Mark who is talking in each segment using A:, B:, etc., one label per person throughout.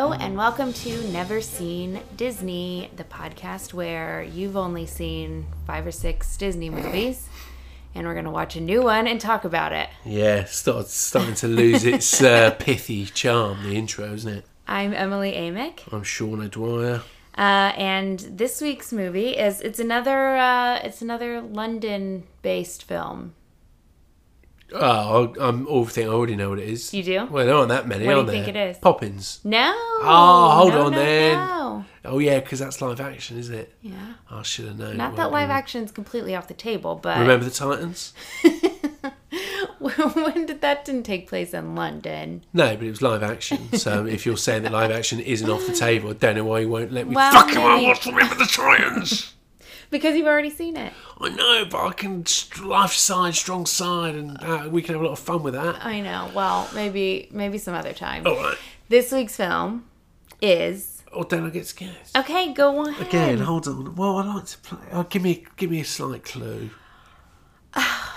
A: welcome to Never Seen Disney, the podcast where you've only seen five or six Disney movies, and we're going to watch a new one and talk about it.
B: Yeah, start, starting to lose its uh, pithy charm, the intro, isn't it?
A: I'm Emily Amick,
B: I'm Sean O'Dwyer.
A: uh, and this week's movie is it's another uh, it's another London-based film.
B: Oh, I- I'm all think I already know what it is.
A: You do?
B: Well, there aren't that many,
A: What do
B: are
A: you
B: there?
A: think it is?
B: Poppins.
A: No.
B: Oh, hold
A: no,
B: on
A: no,
B: then.
A: no.
B: Oh, yeah, because that's live action, isn't it?
A: Yeah.
B: I should have known.
A: Not
B: it
A: that
B: weren't
A: live action's completely off the table, but
B: it? Remember the Titans?
A: when did that didn't take place in London?
B: No, but it was live action. So if you're saying that live action isn't off the table, I don't know why you won't let me
A: Well,
B: fucking
A: no, you-
B: watch Remember the Titans.
A: Because you've already seen it.
B: I know, but I can st- life side, strong side, and uh, we can have a lot of fun with that.
A: I know. Well, maybe maybe some other time.
B: All right.
A: This week's film is
B: Or don't I get scared?
A: okay. Go on.
B: Again, hold on. Well, I like to play. Oh, give me, give me a slight clue.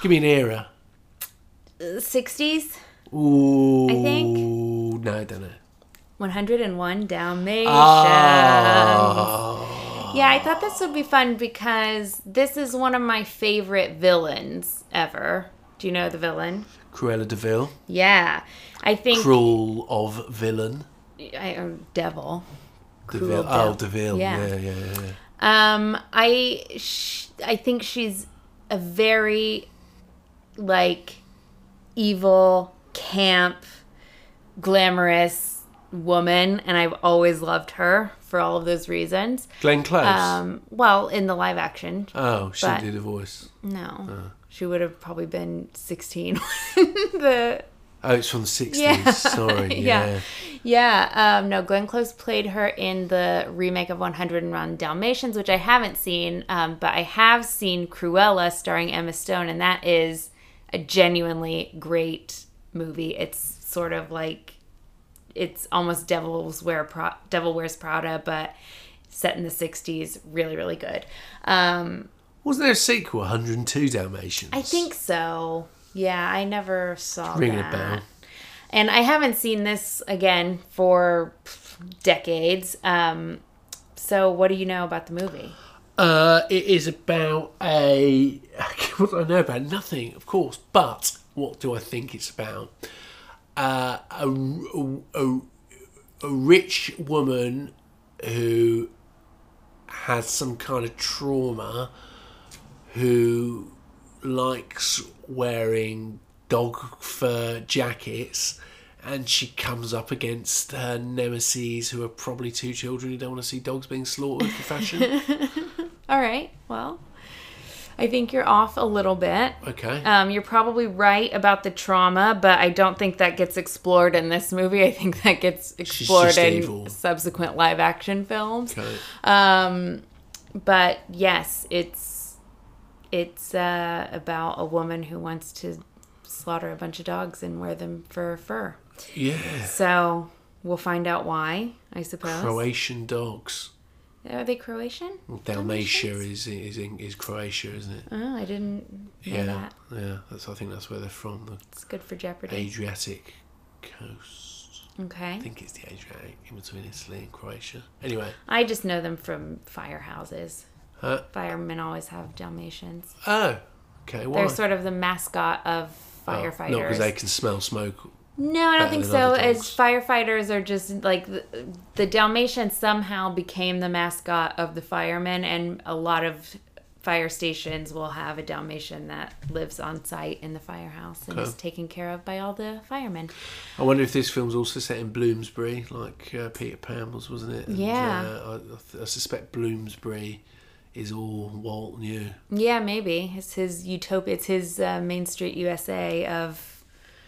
B: give me an era.
A: Sixties,
B: Ooh.
A: think-
B: No, I don't know.
A: one hundred and one Dalmatians.
B: Oh.
A: Yeah, I thought this would be fun because this is one of my favorite villains ever. Do you know the villain?
B: Cruella de Vil,
A: Yeah, I think
B: cruel of villain.
A: I, or devil.
B: De
A: Cruel
B: Vil.
A: Devil.
B: Oh, de Vil.
A: Yeah.
B: Yeah, yeah, yeah. yeah.
A: Um, I sh- I think she's a very like evil camp glamorous woman and I've always loved her for all of those reasons.
B: Glenn Close.
A: Um, well, in the live action,
B: oh, she
A: but-
B: did a voice.
A: no. She would have probably been 16 when the
B: Oh, it's from the sixties.
A: Yeah.
B: Sorry.
A: Yeah.
B: Yeah.
A: Yeah, um, no, Glenn Close played her in the remake of 101 Dalmatians, which I haven't seen, um, but I have seen Cruella starring Emma Stone, and that is a genuinely great movie. It's sort of like it's almost Devil's Wear Pro- Devil Wears Prada, but set in the 60s. Really, really good. Um,
B: Wasn't there a sequel? One hundred and two Dalmatians.
A: I think so. Yeah, I never saw
B: Ringing a
A: that.
B: bell.
A: And I haven't seen this again for pff, decades. Um, so what do you know about the movie?
B: Uh, it is about a. What do I know about? it? Nothing, of course. But what do I think it's about? Uh, a, a, a, a rich woman who has some kind of trauma who likes wearing dog fur jackets and she comes up against her nemesis who are probably two children who don't want to see dogs being slaughtered for fashion
A: All right. Well, I think you're off a little bit.
B: okay
A: Um, you're probably right about the trauma, but I don't think that gets explored in this movie. I think that gets explored
B: just
A: in
B: evil.
A: subsequent live action films.
B: Okay.
A: Um, but yes, it's it's uh, about a woman who wants to slaughter a bunch of dogs and wear them for fur.
B: Yeah.
A: So we'll find out why, I suppose.
B: Croatian dogs.
A: Are they Croatian?
B: Dalmatia is is in, is Croatia, isn't it?
A: Oh, I didn't know
B: yeah.
A: that.
B: Yeah. That's I think that's where they're from. The
A: It's good for Jeopardy.
B: Adriatic coast.
A: Okay.
B: I think it's the Adriatic in between Italy and Croatia. Anyway.
A: I just know them from firehouses.
B: Huh?
A: Firemen always have Dalmatians.
B: Oh. Okay. Why?
A: They're sort of the mascot of
B: Oh,
A: firefighters.
B: Not because they can smell smoke.
A: No, I don't
B: better
A: think
B: than
A: so.
B: other
A: As
B: dogs.
A: firefighters are just like the, the Dalmatian somehow became the mascot of the firemen, and a lot of fire stations will have a Dalmatian that lives on site in the firehouse and is
B: Okay.
A: taken care of by all the firemen.
B: I wonder if this film's also set in Bloomsbury, like uh, Peter Pan was, wasn't it? And,
A: Yeah.
B: Uh, I- I, th- I suspect Bloomsbury is all Walt knew.
A: Yeah, maybe it's his utopia. It's his uh, Main Street USA of.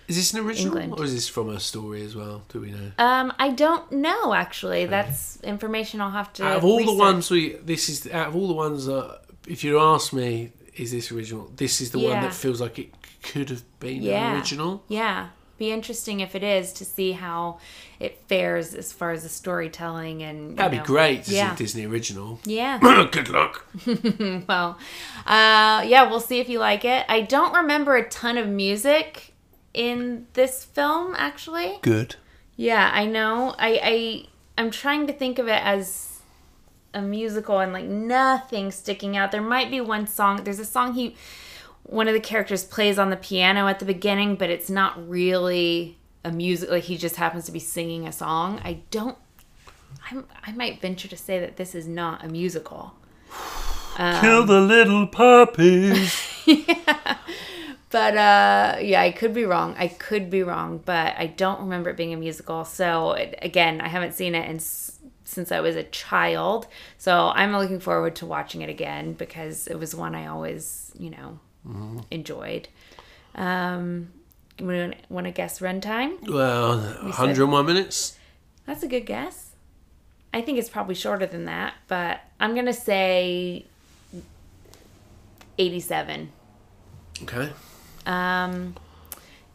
B: Is this an original,
A: England.
B: or is this from a story as well? Do we know?
A: Um, I don't know actually. That's information I'll have to.
B: out of all
A: research.
B: the ones we this is out of all the ones that if you ask me is this original this is the one
A: Yeah.
B: that feels like it could have been
A: Yeah.
B: an original
A: Yeah. Be interesting if it is to see how it fares as far as the storytelling and you
B: that'd
A: know.
B: be great to
A: Yeah.
B: see disney original
A: Yeah.
B: good luck
A: Well, uh, yeah, we'll see if you like it. I don't remember a ton of music in this film, actually.
B: good
A: Yeah, I know. I, I I'm trying to think of it as a musical and like nothing sticking out. There might be one song. There's a song he one of the characters plays on the piano at the beginning, but it's not really a music like he just happens to be singing a song. I don't I'm, I might venture to say that this is not a musical. Um,
B: Kill the little puppies.
A: But uh, yeah, I could be wrong. I could be wrong, but I don't remember it being a musical. So it- again, I haven't seen it in, s- since I was a child. So I'm looking forward to watching it again because it was one I always, you know, enjoyed. Um, want to guess runtime?
B: well, 101 minutes.
A: That's a good guess. I think it's probably shorter than that, but I'm gonna say 87.
B: Okay.
A: um,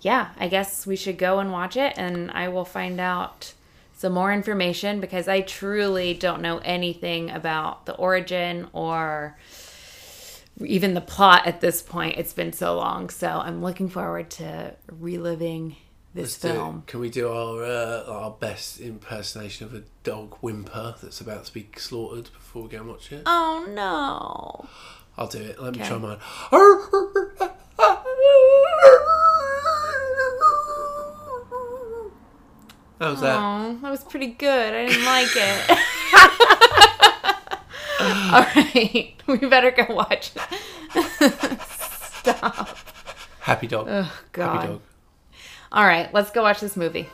A: yeah, I guess we should go and watch it, and I will find out some more information because I truly don't know anything about the origin or even the plot at this point. It's been so long, so I'm looking forward to reliving this
B: Let's do-
A: film.
B: can we do our uh, our best impersonation of a dog whimper that's about to be slaughtered before we go and watch it?
A: Oh no!
B: I'll do it. Let me
A: Okay.
B: try mine. ah, That was that.
A: Oh, that was pretty good. I didn't like it. All right, we better go watch it. Stop.
B: Happy dog.
A: Oh,
B: Happy
A: God.
B: dog.
A: All right, let's go watch this movie.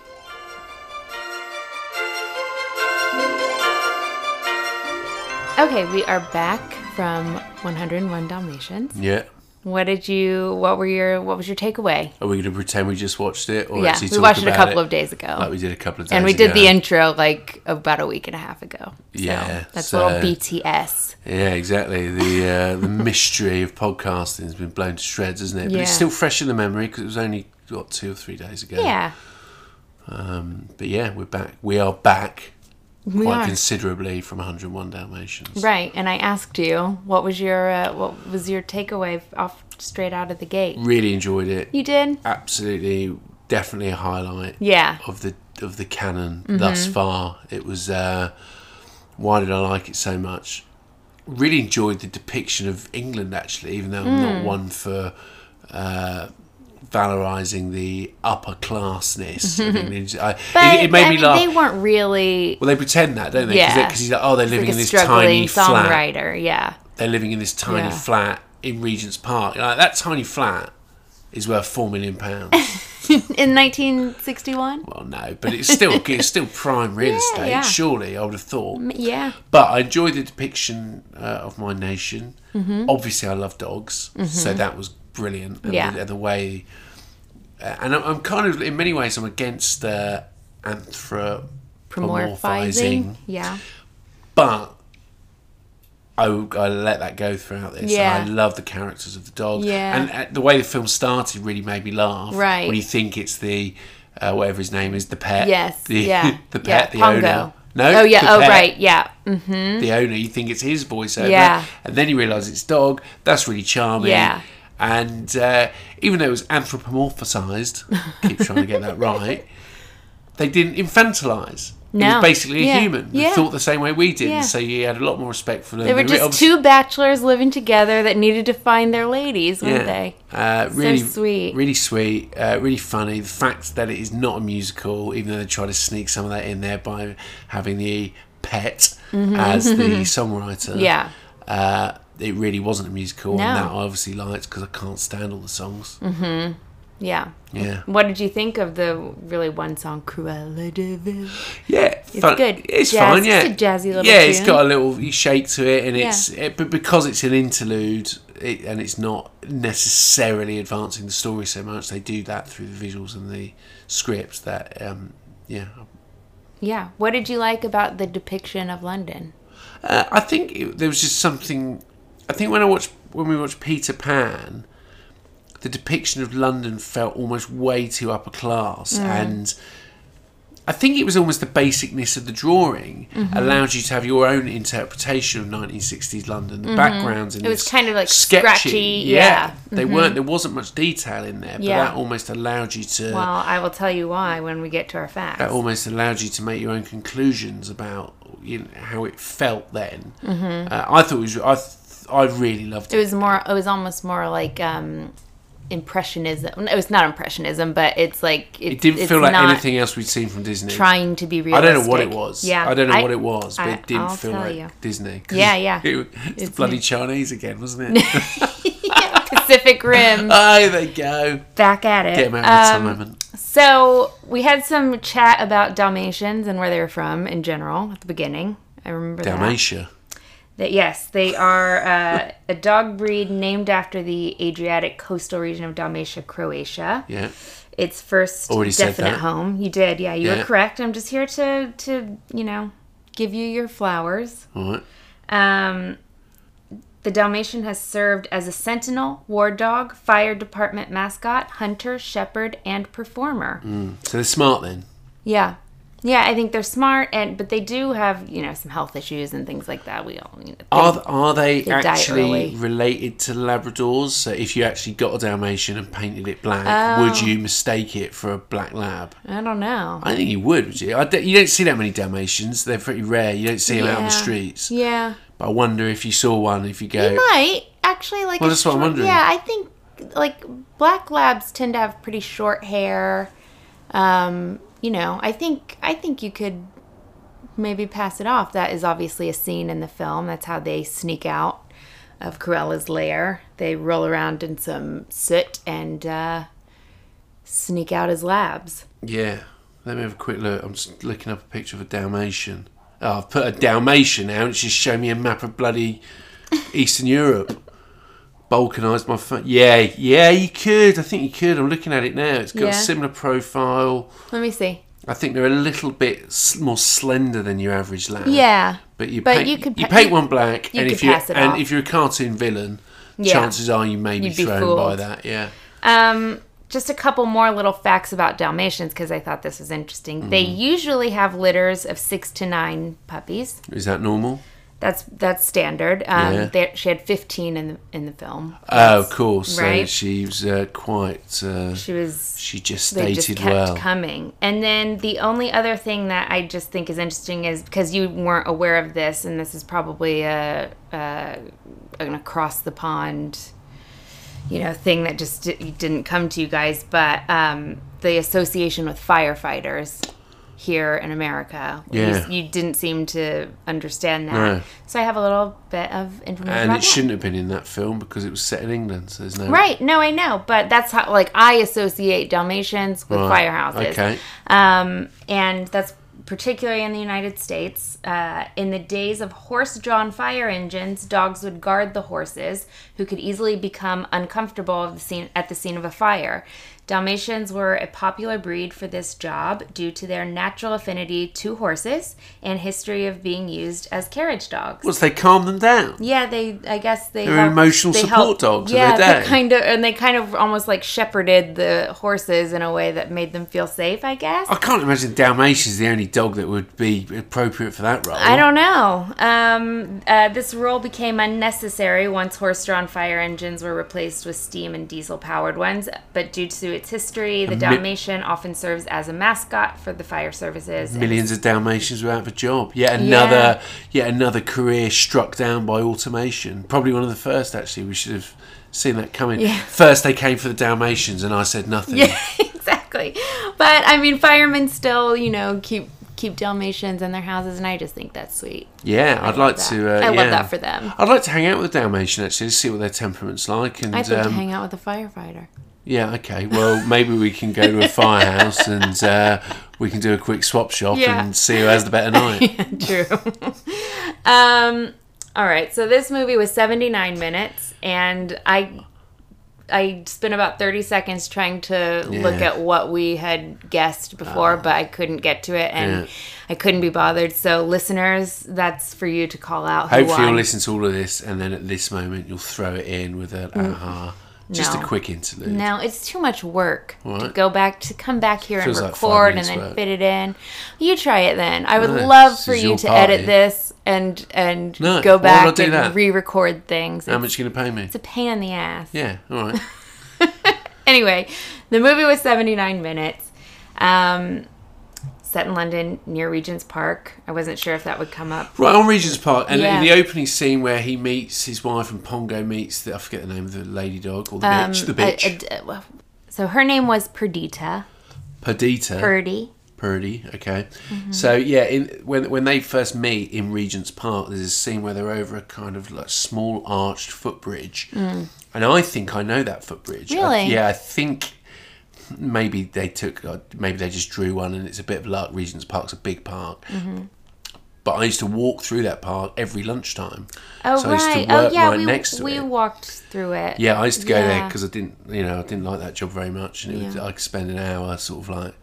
A: Okay, we are back from 101 Dalmatians.
B: Yeah.
A: What did you? What were your? What was your takeaway?
B: Are we going to pretend we just watched it, or
A: yeah,
B: actually
A: we
B: talk
A: watched it a
B: about
A: couple of days ago,
B: like we did a couple of days
A: and we did
B: ago?
A: the intro like about a week and a half ago.
B: Yeah,
A: so that's
B: so-
A: little BTS.
B: Yeah, exactly. The uh, the mystery of podcasting has been blown to shreds, isn't it? But it's
A: Yeah.
B: still fresh in the memory because it was only what two or three days ago.
A: Yeah,
B: Um, but yeah, we're back. We are back
A: we
B: quite
A: are
B: considerably from 101 Dalmatians.
A: right. And I asked you what was your uh, what was your takeaway off straight out of the gate.
B: Really enjoyed it.
A: You did.
B: Absolutely, definitely a highlight.
A: Yeah. Mm-hmm.
B: of the of the canon thus far. It was uh, why did I like it so much? Really enjoyed the depiction of England actually, even though I'm
A: Mm.
B: not one for uh, valorising the upper classness of England. I,
A: Mm-hmm. But
B: it, it made
A: I
B: me
A: mean,
B: laugh.
A: they weren't really
B: well, they pretend that, don't they? Because
A: Yeah.
B: he's like, oh, they're living
A: like a
B: in this
A: struggling
B: tiny flat
A: songwriter. Yeah,
B: they're living in this tiny
A: Yeah.
B: flat in Regent's Park. Like that tiny flat is worth four million pounds.
A: in 1961.
B: well, no, but it's still it's still prime real estate.
A: yeah.
B: Surely, I would have thought.
A: Yeah,
B: But I enjoy the depiction uh, of my nation.
A: Mm-hmm.
B: Obviously, I love dogs, so that was brilliant. And,
A: Yeah.
B: the, and the way, uh, and I'm, I'm kind of in many ways I'm against uh, anthropomorphizing,
A: promorphizing. Yeah,
B: but. I, I let that go throughout this.
A: Yeah.
B: And I love the characters of the dog.
A: Yeah.
B: And uh, the way the film started really made me laugh.
A: Right.
B: When you think it's the, uh, whatever his name is, the pet.
A: yes,
B: The,
A: yeah.
B: the
A: yeah.
B: pet, the
A: Pongo.
B: owner. No.
A: oh yeah.
B: the
A: Oh
B: pet
A: right. Yeah. Mm.
B: the owner. You think it's his voiceover,
A: Yeah.
B: and then you realise it's dog. That's really charming.
A: Yeah.
B: And uh, even though it was anthropomorphised, keep trying to get that right, they didn't infantilise. It
A: No.
B: was basically
A: Yeah.
B: a human.
A: Yeah.
B: They thought the same way we did.
A: Yeah.
B: So you had a lot more respect for them.
A: They were
B: They
A: just two bachelors living together that needed to find their ladies, weren't they?
B: Uh, really
A: sweet.
B: really sweet, uh, really funny. The fact that it is not a musical, even though they try to sneak some of that in there by having the pet as the songwriter.
A: Mm-hmm. Yeah.
B: uh, it really wasn't a musical,
A: No.
B: and that I obviously liked because I can't stand all the songs.
A: Yeah.
B: Yeah,
A: What did you think of the really one song Cruella de Vil?
B: yeah, it's
A: good.
B: It's
A: Jazz-
B: fine. Yeah,
A: it's a jazzy little
B: Yeah, it's
A: tune.
B: got a little you shake to it, and it's it, but because it's an interlude, it, and it's not necessarily advancing the story so much. They do that through the visuals and the script. That um, yeah,
A: Yeah. What did you like about the depiction of London?
B: Uh, I think it, there was just something. I think when I watched when we watched Peter Pan,
A: Mm.
B: the depiction of London felt almost way too upper class, and I think it was almost the basicness of the drawing
A: Mm-hmm.
B: allowed you to have your own interpretation of 1960s London. The backgrounds in
A: Mm-hmm. It was
B: this
A: kind of, like,
B: sketchy.
A: scratchy, yeah. Mm-hmm.
B: they weren't. There wasn't much detail in there, but
A: Yeah.
B: that almost allowed you to.
A: Well, I will tell you why when we get to our facts.
B: That almost allowed you to make your own conclusions about you know, how it felt then. Mm-hmm. Uh, I thought it was. I th- I really loved
A: It
B: it.
A: was more. It was almost more like um, impressionism. It was not impressionism, but it's like it's,
B: It didn't
A: it's
B: feel like
A: not
B: anything else we'd seen from Disney.
A: Trying to be
B: I
A: realistic.
B: don't know what it was.
A: Yeah,
B: I don't know what it was, but
A: I-
B: it didn't
A: I'll
B: feel
A: tell
B: like
A: you.
B: Disney. 'Cause
A: Yeah, yeah.
B: It, was- it's,
A: It's
B: the bloody Chinese again, wasn't it?
A: Yeah, Pacific Rim.
B: oh, there you go.
A: Back at it.
B: Get him out of
A: Um,
B: retirement.
A: So we had some chat about Dalmatians and where they were from in general at the beginning. I remember that.
B: Dalmatia.
A: that. Yes, they are uh, a dog breed named after the Adriatic coastal region of Dalmatia, Croatia.
B: Yeah.
A: Its first
B: Already said
A: definite
B: that.
A: home. You did, yeah. You
B: Yeah.
A: were correct. I'm just here to to you know give you your flowers.
B: All right.
A: Um, the Dalmatian has served as a sentinel, war dog, fire department mascot, hunter, shepherd, and performer.
B: So they're smart then.
A: Yeah. Yeah, I think they're smart and but they do have, you know, some health issues and things like that. We all you know,
B: Are, th- are they
A: diet
B: actually
A: early.
B: related to Labradors? So if you actually got a Dalmatian and painted it black,
A: Oh.
B: would you mistake it for a black lab?
A: I don't know.
B: I think you would, would you? I d- you don't see that many Dalmatians. They're pretty rare. You don't see them out on the
A: Yeah.
B: streets.
A: Yeah.
B: But I wonder if you saw one, if you go,
A: You might actually like
B: Well,
A: a
B: that's what I'm
A: short-
B: wondering.
A: Yeah, I think like black labs tend to have pretty short hair. Um, you know, I think I think you could maybe pass it off. That is obviously a scene in the film. That's how they sneak out of Corella's lair. They roll around in some soot and uh, sneak out his labs.
B: Yeah. Let me have a quick look. I'm just looking up a picture of a Dalmatian. Oh, I've put a Dalmatian out. It's just showing me a map of bloody Eastern Europe. Balkanised my phone. Yeah, yeah, you could. I think you could. I'm looking at it now. It's got a
A: Yeah.
B: similar profile.
A: Let me see.
B: I think they're a little bit s- more slender than your average lab.
A: Yeah.
B: But you,
A: But
B: paint,
A: you could
B: you
A: pa-
B: paint
A: you-
B: one black,
A: you
B: and
A: could
B: if you
A: pass it
B: and
A: off.
B: if you're a cartoon villain,
A: Yeah.
B: chances are you may be
A: You'd be
B: thrown by
A: fooled.
B: that. Yeah.
A: Um, just a couple more little facts about Dalmatians because I thought this was interesting. They usually have litters of six to nine puppies.
B: Is that normal?
A: That's that's standard. Um,
B: Yeah.
A: they, she had fifteen in the in the film.
B: Oh, of course. So
A: Right.
B: she was uh, quite. Uh,
A: She was.
B: She just
A: They
B: stated
A: just kept
B: well.
A: coming. And then the only other thing that I just think is interesting is because you weren't aware of this, and this is probably a, a an across the pond you know thing that just di- didn't come to you guys but um, the association with firefighters here in america You
B: Yeah.
A: s- you, didn't seem to understand that
B: No.
A: so i have a little bit of information
B: and
A: about
B: it
A: that.
B: shouldn't have been in that film because it was set in England, so there's no
A: right no i know but that's how like i associate dalmatians with
B: Right,
A: firehouses
B: Okay.
A: um, and that's particularly in the United States. Uh, in the days of horse drawn fire engines, dogs would guard the horses, who could easily become uncomfortable of the scene, at the scene of a fire. Dalmatians were a popular breed for this job due to their natural affinity to horses and history of being used as carriage dogs.
B: Was they calm them down?
A: Yeah, they. I guess they.
B: They're
A: help-
B: emotional
A: they
B: support
A: help-
B: dogs, are
A: Yeah,
B: they,
A: they
B: Dad?
A: kind of, and they kind of almost like shepherded the horses in a way that made them feel safe. I guess.
B: I can't imagine Dalmatian's the only dog that would be appropriate for that role.
A: I don't know. Um, uh, this rule became unnecessary once horse-drawn fire engines were replaced with steam and diesel-powered ones. But due to its history, the
B: mi-
A: Dalmatian often serves as a mascot for the fire services. and-
B: Millions of Dalmatians were out of a job. Yet another, yet another career struck down by automation. Probably one of the first. Actually, we should have seen that coming. First, they came for the Dalmatians, and I said nothing.
A: Yeah, exactly. But I mean, firemen still, you know, keep keep Dalmatians in their houses, and I just think that's sweet.
B: Yeah, I'd like
A: that.
B: to. Uh,
A: I love
B: yeah.
A: that for them.
B: I'd like to hang out with a Dalmatian actually, to see what their temperament's like. And
A: I'd like to
B: um,
A: hang out with a firefighter.
B: Yeah, okay. Well, maybe we can go to a firehouse and uh, we can do a quick swap shop
A: Yeah.
B: and see who has the better night.
A: True. um, all right. So this movie was 79 minutes, and I I spent about 30 seconds trying to look
B: Yeah.
A: at what we had guessed before, but I couldn't get to it, and
B: Yeah.
A: I couldn't be bothered. So listeners, that's for you to call out. Who
B: Hopefully,
A: won.
B: you'll listen to all of this and then at this moment, you'll throw it in with an aha. Just
A: Mm. No.
B: a quick interlude.
A: No, it's too much work to
B: Right.
A: go back to come back here
B: Feels
A: and
B: like five
A: record and
B: minutes
A: then
B: work.
A: fit it in. You try it then. I would
B: No,
A: love
B: this
A: for
B: is
A: you
B: your
A: to
B: party.
A: edit this and and
B: No, why
A: go
B: would I
A: back
B: do
A: and
B: that?
A: re-record things.
B: How
A: It's,
B: much are you going to pay me?
A: it's a pain in the ass.
B: Yeah, all right.
A: Anyway, the movie was 79 minutes. Um, set in London near Regent's Park. I wasn't sure if that would come up.
B: Right, on Regent's Park, and
A: Yeah.
B: in the opening scene where he meets his wife and Pongo meets the, I forget the name of the lady dog, or the bitch, the
A: Um, a-
B: bitch,
A: a- well, so her name was Perdita.
B: Perdita.
A: Purdy.
B: Purdy, okay.
A: Mm-hmm.
B: So yeah, in, when when they first meet in Regent's Park, there's a scene where they're over a kind of like small arched footbridge, and I think I know that footbridge. I-
A: Mm. Really?
B: yeah, I think maybe they took, uh, maybe they just drew one, and it's a bit of luck. Regent's Park's a big park.
A: Mm-hmm.
B: But I used to walk through that park every lunchtime.
A: Oh
B: so I used to
A: right.
B: work
A: Oh yeah,
B: right
A: we
B: next to
A: we
B: it.
A: walked through it.
B: Yeah, I used to go there 'cause there
A: Yeah.
B: because I didn't, you know, I didn't like that job very much, and it was
A: Yeah.
B: I could spend an hour sort of like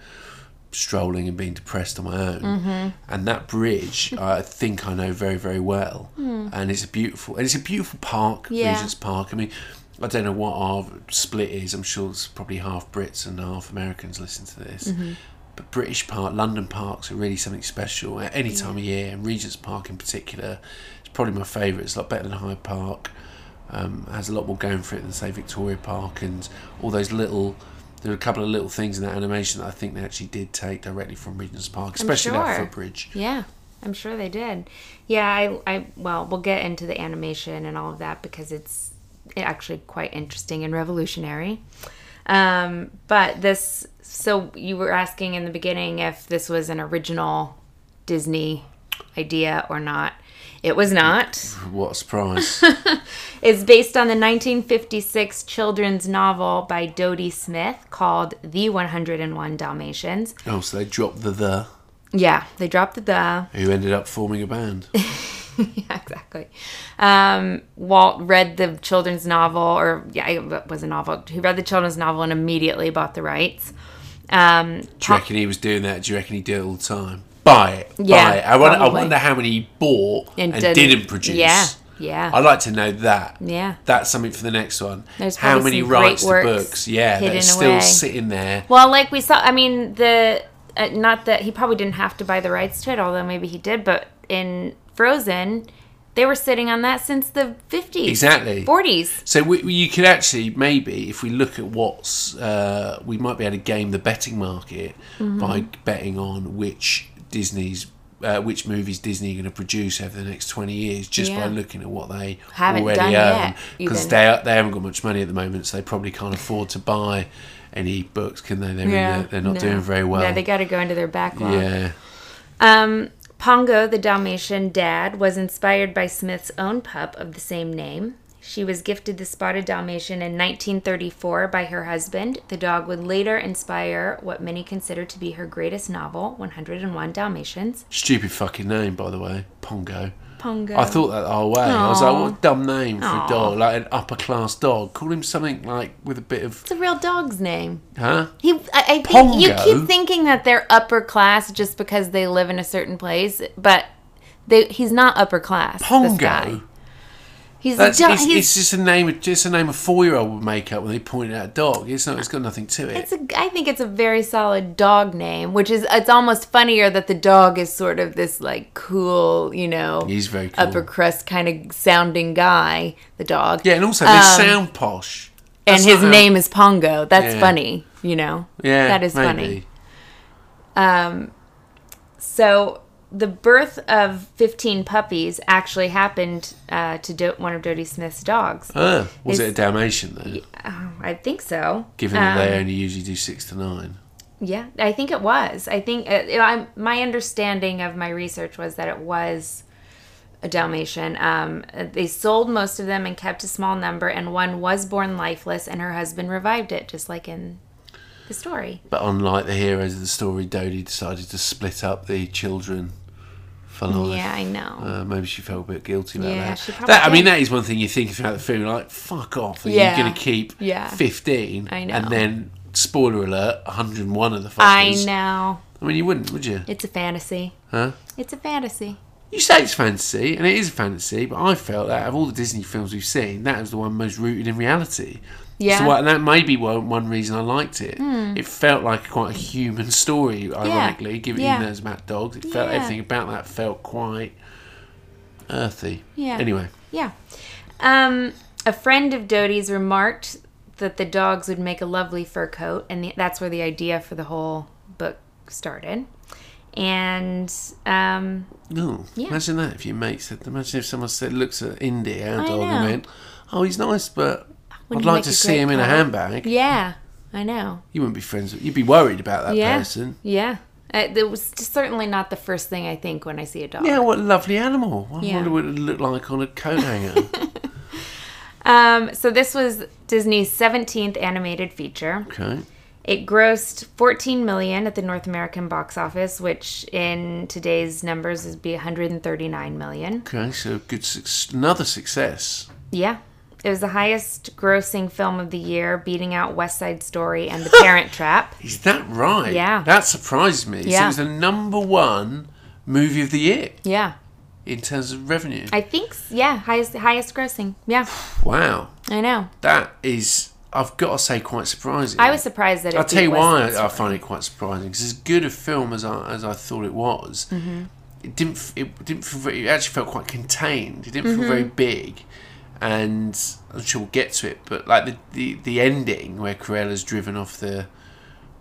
B: strolling and being depressed on my own.
A: Mm-hmm.
B: And that bridge, I think I know very, very well, and it's a beautiful, and it's a beautiful park,
A: Hmm. Yeah.
B: Regent's Park. I mean, I don't know what our split is. I'm sure it's probably half Brits and half Americans listen to this. But British Park, London Parks are really something special at any time of year, and Regent's Park in particular. It's probably my favourite. It's a lot better than Hyde Park. Um, has a lot more going for it than say Victoria Park and all those little. There are a couple of little things in that animation that I think they actually did take directly from Regent's Park, especially that
A: sure.
B: footbridge.
A: Yeah, I'm sure they did. Yeah, I, I, well, we'll get into the animation and all of that because it's actually quite interesting and revolutionary. Um, but this, so you were asking in the beginning if this was an original Disney idea or not. It was not.
B: What a surprise!
A: It's based on the 1956 children's novel by Dodie Smith called The 101 Dalmatians.
B: oh, so they dropped the the.
A: Yeah, they dropped the the.
B: Who ended up forming a band?
A: yeah, exactly. Um, Walt read the children's novel, or yeah, it was a novel. He read the children's novel and immediately bought the rights. Um,
B: Do you reckon he was doing that? Do you reckon he did it all the time? Buy it.
A: Yeah,
B: buy it. I wonder, I
A: probably.
B: wonder how many he bought and, didn't, produce.
A: Yeah, yeah.
B: I'd like to know that.
A: Yeah.
B: That's something for the next one.
A: There's
B: how
A: probably
B: many
A: some
B: rights
A: great
B: to
A: works
B: books? Yeah, that
A: hidden
B: are still
A: away.
B: sitting there.
A: well, like we saw, I mean, the uh, not that he probably didn't have to buy the rights to it, although maybe he did. But in Frozen, they were sitting on that since the fifties,
B: Exactly.
A: forties.
B: So we, we- you could actually maybe, if we look at what's, uh, we might be able to game the betting market
A: Mm-hmm.
B: by betting on which Disney's, uh, which movies Disney are going to produce over the next twenty years, just
A: Yeah.
B: by looking at what they
A: Haven't done
B: already
A: yet,
B: own, because
A: even.
B: they are- they haven't got much money at the moment, so they probably can't afford to buy any books, can they? They're in the- they're not
A: no.
B: doing very well.
A: No, they got to go into their backlog.
B: yeah.
A: Um, Pongo, the Dalmatian dad, was inspired by Smith's own pup of the same name. She was gifted the spotted Dalmatian in 1934 by her husband. The dog would later inspire what many consider to be her greatest novel, 101 Dalmatians.
B: Stupid fucking name, by the way, Pongo.
A: Pongo.
B: I thought that the whole way. I was like, what a dumb name for
A: Aw.
B: a dog, like an upper class dog. Call him something like with a bit of
A: it's a real dog's name.
B: Huh?
A: He, I, I think you
B: Pongo?
A: keep thinking that they're upper class just because they live in a certain place, but they, he's not upper class. this guy.
B: Pongo.
A: He's
B: That's
A: a dog.
B: it's,
A: he's,
B: it's just a name. of- Just a name a four-year-old would make up when they pointed out a dog. It's not. It's got nothing to it.
A: It's a, I think it's a very solid dog name, which is it's almost funnier that the dog is sort of this like cool, you know,
B: He's very cool.
A: upper crust kind of sounding guy. The dog,
B: yeah, and also they
A: Um,
B: sound posh.
A: and
B: That's
A: his
B: not how-
A: name is Pongo. That's
B: Yeah.
A: funny, you know.
B: Yeah,
A: that is
B: maybe.
A: funny. So the birth of fifteen puppies actually happened uh, to Do- one of Dodie Smith's dogs.
B: Ah,
A: It's-
B: was it a Dalmatian though?
A: Oh, I think so.
B: Given that
A: Um,
B: they only usually do six to nine.
A: Yeah, I think it was. I think uh, I, my understanding of my research was that it was a Dalmatian. Um, they sold most of them and kept a small number, and one was born lifeless, and her husband revived it, just like in the story.
B: But unlike the heroes of the story, Dodie decided to split up the children for life.
A: Yeah, I know.
B: Uh, maybe she felt a bit guilty about
A: Yeah,
B: that.
A: she probably
B: that I mean,
A: did.
B: that is one thing you think about the film. Like, fuck off. Are
A: Yeah.
B: you going to keep
A: Yeah.
B: 15?
A: I know.
B: And then, spoiler alert, 101 of the fuckers.
A: I know.
B: I mean, you wouldn't, would you?
A: It's a fantasy.
B: Huh?
A: It's a fantasy.
B: You say it's fantasy, and it is fantasy, but I felt that of all the Disney films we've seen, that was the one most rooted in reality.
A: Yeah. Hmm.
B: So, uh, that may be one, one reason I liked it. It felt like quite a human story, ironically, given
A: Yeah.
B: even though it's about dogs. It felt
A: Yeah.
B: everything about that felt quite earthy.
A: Yeah.
B: Anyway,
A: Yeah. Um, a friend of Dodie's remarked that the dogs would make a lovely fur coat, and the, that's where the idea for the whole book started. And um,
B: no.
A: Yeah.
B: Imagine that if your mate said, imagine if someone said, looks at India, our
A: I
B: dog, and
A: know.
B: went, oh, he's nice, but
A: Wouldn't he
B: I'd like
A: make
B: to
A: a
B: see
A: great
B: him in a
A: color?"
B: handbag.
A: yeah, I know.
B: You wouldn't be friends with, you'd be worried about that
A: yeah.
B: person.
A: Yeah. Uh, It was certainly not the first thing I think when I see a dog.
B: Yeah, what a lovely animal. I
A: Yeah.
B: wonder what it would look like on a coat hanger.
A: Um, so this was Disney's 17th animated feature.
B: okay.
A: It grossed 14 million at the North American box office, which in today's numbers would be 139 million.
B: Okay, so good, suc another success.
A: Yeah. It was the highest grossing film of the year, beating out West Side Story and The Parent Trap.
B: Is that right?
A: Yeah.
B: That surprised me. So
A: Yeah.
B: it was the number one movie of the year
A: Yeah.
B: in terms of revenue.
A: I think s- yeah, highest highest grossing. Yeah.
B: Wow.
A: I know.
B: That is, I've got to say, quite surprising.
A: I was surprised that it
B: I'll tell you
A: beat West
B: why
A: Side
B: I, I
A: Story.
B: find it quite surprising. Because as good a film as I, as I thought it was,
A: Mm-hmm.
B: it didn't. f- It didn't feel. Very, it actually felt quite contained. It didn't
A: Mm-hmm.
B: feel very big, and I'm sure we'll get to it. But like the the, the ending where Corella's driven off the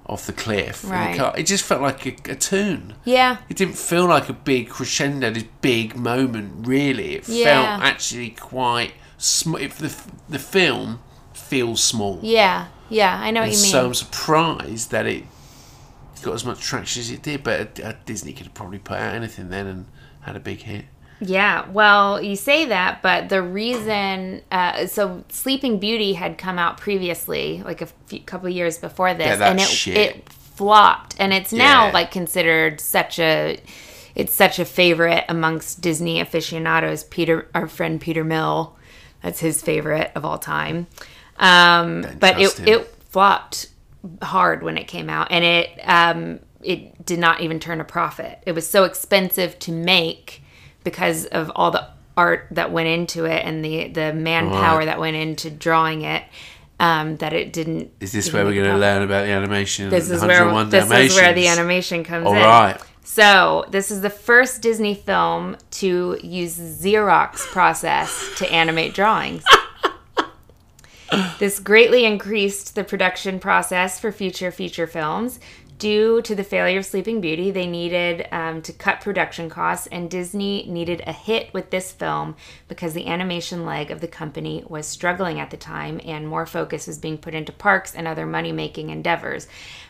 B: off the cliff, in the
A: Right.
B: car, it just felt like a, a tune.
A: Yeah.
B: It didn't feel like a big crescendo, this big moment. Really, it
A: Yeah.
B: felt actually quite. Sm- if the f- the film feels small.
A: Yeah. Yeah. I know what
B: And
A: you mean.
B: so I'm surprised that it got as much traction as it did. But uh, Disney could have probably put out anything then and had a big hit.
A: Yeah, well, you say that, but the reason, uh, so Sleeping Beauty had come out previously, like a few, couple of years before this,
B: Yeah, that
A: and it
B: shit.
A: it flopped, and it's
B: Yeah.
A: now like considered such a, it's such a favorite amongst Disney aficionados. Peter, our friend Peter Mill, that's his favorite of all time. Um,
B: Don't
A: but
B: trust
A: it
B: him.
A: it flopped hard when it came out, and it um, it did not even turn a profit. It was so expensive to make because of all the art that went into it and the the manpower
B: Right.
A: that went into drawing it um, that it didn't.
B: Is this
A: didn't
B: where we're
A: make a
B: going to
A: profit.
B: learn about the animation?
A: This
B: and
A: is where
B: 101
A: this is where the
B: Dalmatians?
A: animation comes
B: All
A: in.
B: right.
A: So this is the first Disney film to use Xerox process to animate drawings. This greatly increased the production process for future feature films. Due to the failure of Sleeping Beauty, they needed um, to cut production costs, and Disney needed a hit with this film because the animation leg of the company was struggling at the time and more focus was being put into parks and other money making endeavors.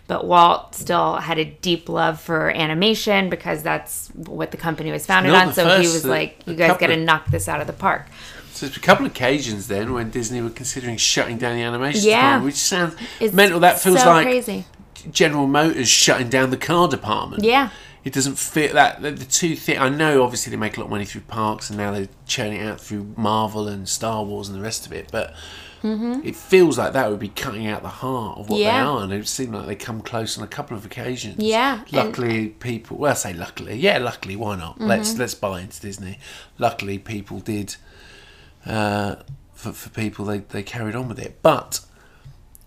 A: But Walt still had a deep love for animation because that's what the company was founded
B: not
A: on.
B: the
A: So he
B: first,
A: was
B: the-
A: like,
B: the
A: You guys got to
B: couple-
A: knock this out of the park.
B: So there's a couple of occasions then when Disney were considering shutting down the animation
A: Yeah.
B: department, which sounds mental. That feels
A: so
B: like
A: crazy.
B: General Motors shutting down the car department.
A: Yeah.
B: It doesn't fit that the, the two things. I know, obviously, they make a lot of money through parks, and now they're churning it out through Marvel and Star Wars and the rest of it. But it feels like that would be cutting out the heart of what they
A: Mm-hmm. Yeah.
B: are, and it seemed like they come close on a couple of occasions.
A: Yeah, and- Mm-hmm.
B: Luckily, people. Well, I say luckily. Yeah, luckily. Why not? Let's let's buy into Disney. Luckily, people did. Uh, for, for people, they they carried on with it. But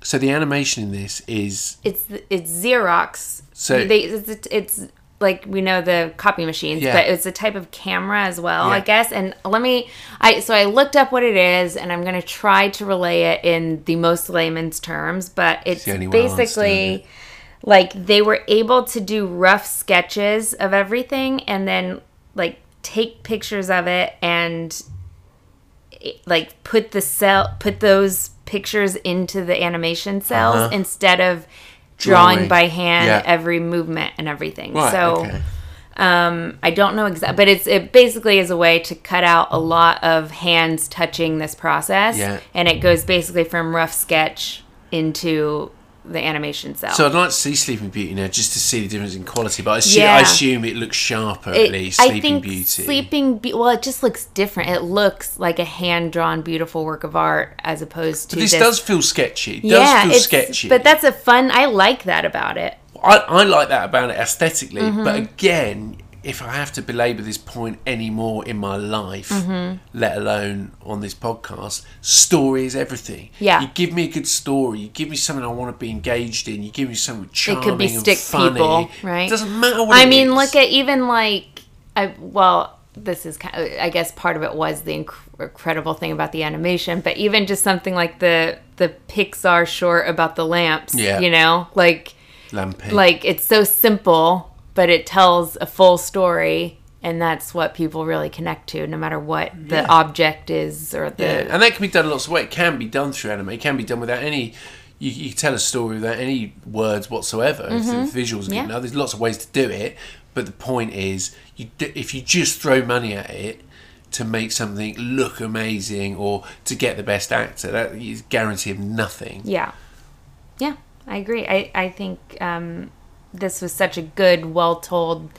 B: so the animation in this is
A: it's it's Xerox.
B: So-
A: So they it's, it's like we know the copy machines,
B: Yeah.
A: but it's a type of camera as well, I
B: Yeah.
A: guess. And let me, I so I looked up what it is, and I'm gonna try to relay it in the most layman's terms, but it's
B: the only way I'll understand
A: basically. Like they were able to do rough sketches of everything and then like take pictures of it and like put the cell put those pictures into the animation cells
B: Uh-huh.
A: instead of drawing
B: Drawing.
A: by hand
B: Yeah.
A: every movement and everything.
B: right.
A: so
B: okay.
A: um, I don't know exactly, but it's it basically is a way to cut out a lot of hands touching this process,
B: Yeah.
A: and it goes basically from rough sketch into the animation cell.
B: So I'd like to see Sleeping Beauty now, just to see the difference in quality. But I assume, I
A: Yeah.
B: assume it looks sharper
A: It-
B: at least. Sleeping Beauty.
A: Sleeping Beauty. Well, it just looks different. It looks like a hand drawn, beautiful work of art as opposed to
B: this does feel sketchy. It does feel
A: it's-
B: sketchy.
A: But that's a fun. I like that about it. Mm-hmm.
B: I, I like that about it aesthetically. But again, if I have to belabor this point anymore in my life,
A: Mm-hmm.
B: let alone on this podcast, story is everything.
A: Yeah.
B: You give me a good story. You give me something I want to be engaged in. You give me something
A: it
B: charming
A: could be
B: and
A: stick
B: funny.
A: people, right?
B: It doesn't matter what
A: I
B: it
A: mean,
B: is.
A: look at even like I well, this is kind of, I guess part of it was the inc- incredible thing about the animation, but even just something like the the Pixar short about the lamps,
B: Yeah.
A: you know, like
B: Lampy.
A: like it's so simple, but it tells a full story. And that's what people really connect to, no matter what the object is or the
B: Yeah, and that can be done lots of ways. It can be done through anime. It can be done without any. You, you can tell a story without any words whatsoever. If the visuals are
A: Yeah.
B: good enough, there's lots of ways to do it. But the point is, you d if you just throw money at it to make something look amazing or to get the best actor, that is guarantee of nothing.
A: Yeah. Yeah, I agree. I, I think um, this was such a good, well told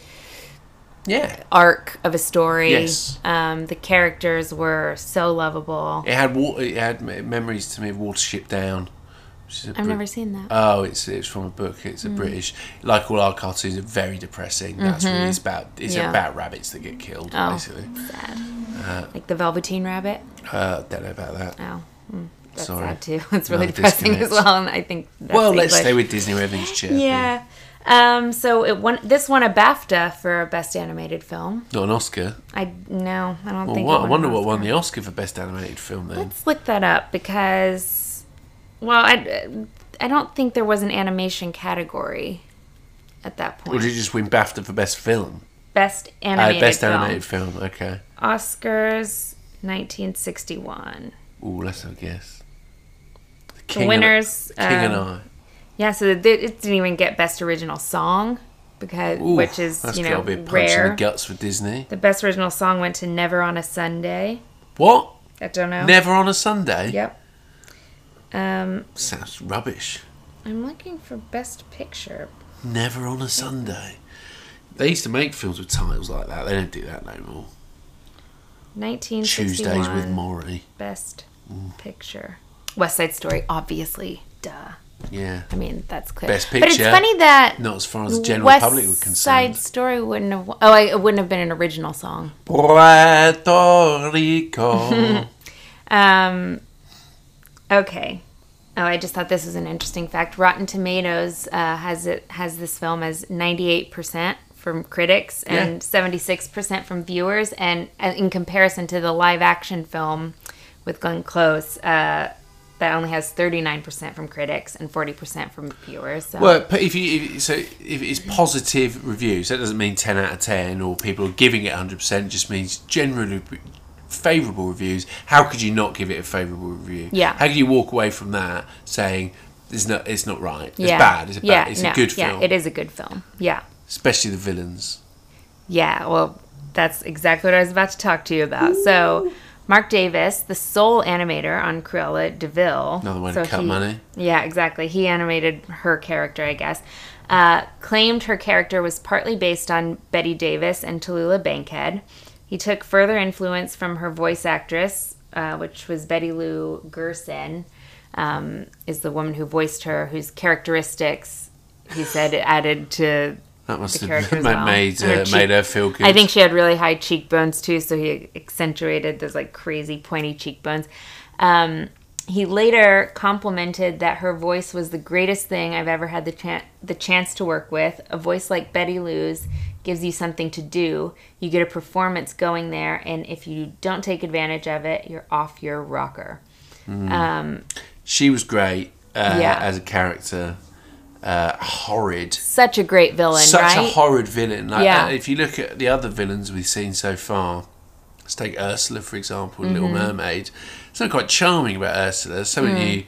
B: Yeah,
A: arc of a story.
B: Yes.
A: Um, the characters were so lovable.
B: it had water. It had m- memories to me of Watership Down. Which is a
A: I've
B: Brit-
A: never seen that.
B: Oh, it's it's from a book. It's
A: Hmm.
B: a British, like all our cartoons, are very depressing. That's really it's about it's
A: Mm-hmm. Yeah.
B: about rabbits that get killed,
A: Oh.
B: basically.
A: like the Velveteen Rabbit.
B: Uh, don't know about that.
A: Oh. mm, That's
B: Sorry.
A: sad too. It's really
B: No
A: depressing
B: disconnects.
A: as well. And I think that's
B: well, let's
A: English.
B: stay with Disney. where Everything's cheerful.
A: Yeah. Um, so it won this won a BAFTA for best animated film.
B: Not an Oscar.
A: I no, I don't
B: Well,
A: think.
B: what,
A: it
B: I
A: won
B: wonder
A: an
B: what won
A: Oscar.
B: the Oscar for Best Animated Film then.
A: Let's look that up because, well, I, I don't think there was an animation category at that
B: Or
A: point.
B: did it just win BAFTA for Best Film?
A: best
B: Uh,
A: animated
B: best
A: film.
B: Animated Film, okay.
A: Oscars 1961.
B: Ooh, let's have a guess. The,
A: The winners.
B: And, King and
A: um,
B: I.
A: Yeah, so th- it didn't even get best original song because
B: Ooh,
A: which is
B: that's
A: you know
B: gotta be a punch in
A: rare.
B: the guts for Disney.
A: the best original song went to Never on a Sunday.
B: What?
A: I don't know.
B: Never on a Sunday?
A: Oh. Yep. Um,
B: Sounds rubbish.
A: I'm looking for best picture.
B: Never on a Sunday. They used to make films with titles like that. They don't do that no more.
A: 1961.
B: Tuesdays with Maury.
A: Best
B: Mm.
A: Picture. West Side Story, obviously. Duh.
B: Yeah.
A: I mean, that's clear.
B: Best
A: But it's
B: Picture,
A: funny that
B: Not as far as the general
A: West
B: public were
A: Side
B: concerned.
A: Story wouldn't have. Oh, I, it wouldn't have been an original song.
B: Puerto Rico.
A: Um. Okay. Oh, I just thought this was an interesting fact. Rotten Tomatoes uh, has it has this film as ninety eight percent from critics and
B: Yeah.
A: seventy six percent from viewers, and uh, in comparison to the live action film with Glenn Close, uh, that only has thirty nine percent from critics and forty percent from viewers. So.
B: well, but if you if, so if it's positive reviews, that doesn't mean ten out of ten or people are giving it hundred percent. Just means generally favourable reviews. How could you not give it a favourable review?
A: Yeah.
B: How could you walk away from that saying it's not it's not right? It's
A: yeah.
B: bad. It's a bad.
A: yeah,
B: it's
A: no,
B: a good
A: yeah,
B: film.
A: it is a good film. Yeah.
B: especially the villains.
A: Yeah, well, that's exactly what I was about to talk to you about. So, Mark Davis, the sole animator on Cruella DeVille.
B: Another way
A: so
B: to cut
A: he-
B: money.
A: Yeah, exactly. He animated her character, I guess. Uh, claimed her character was partly based on Betty Davis and Tallulah Bankhead. He took further influence from her voice actress, uh, which was Betty Lou Gerson, um, is the woman who voiced her, whose characteristics he said added to
B: That must
A: the
B: have
A: character as
B: made
A: well.
B: made,
A: And her
B: uh,
A: cheek-
B: made her feel good.
A: I think she had really high cheekbones too, so he accentuated those like crazy pointy cheekbones. Um, he later complimented that her voice was the greatest thing I've ever had the chan the chance to work with. A voice like Betty Lou's gives you something to do. You get a performance going there, and if you don't take advantage of it, you're off your rocker.
B: she was great uh,
A: Yeah.
B: as a character. Uh, horrid.
A: Such a great villain,
B: Such
A: right?
B: a horrid villain. Like,
A: Yeah.
B: uh, if you look at the other villains we've seen so far, let's take Ursula for example, in
A: Mm-hmm.
B: Little Mermaid. Something quite charming about Ursula. Something
A: Mm.
B: you,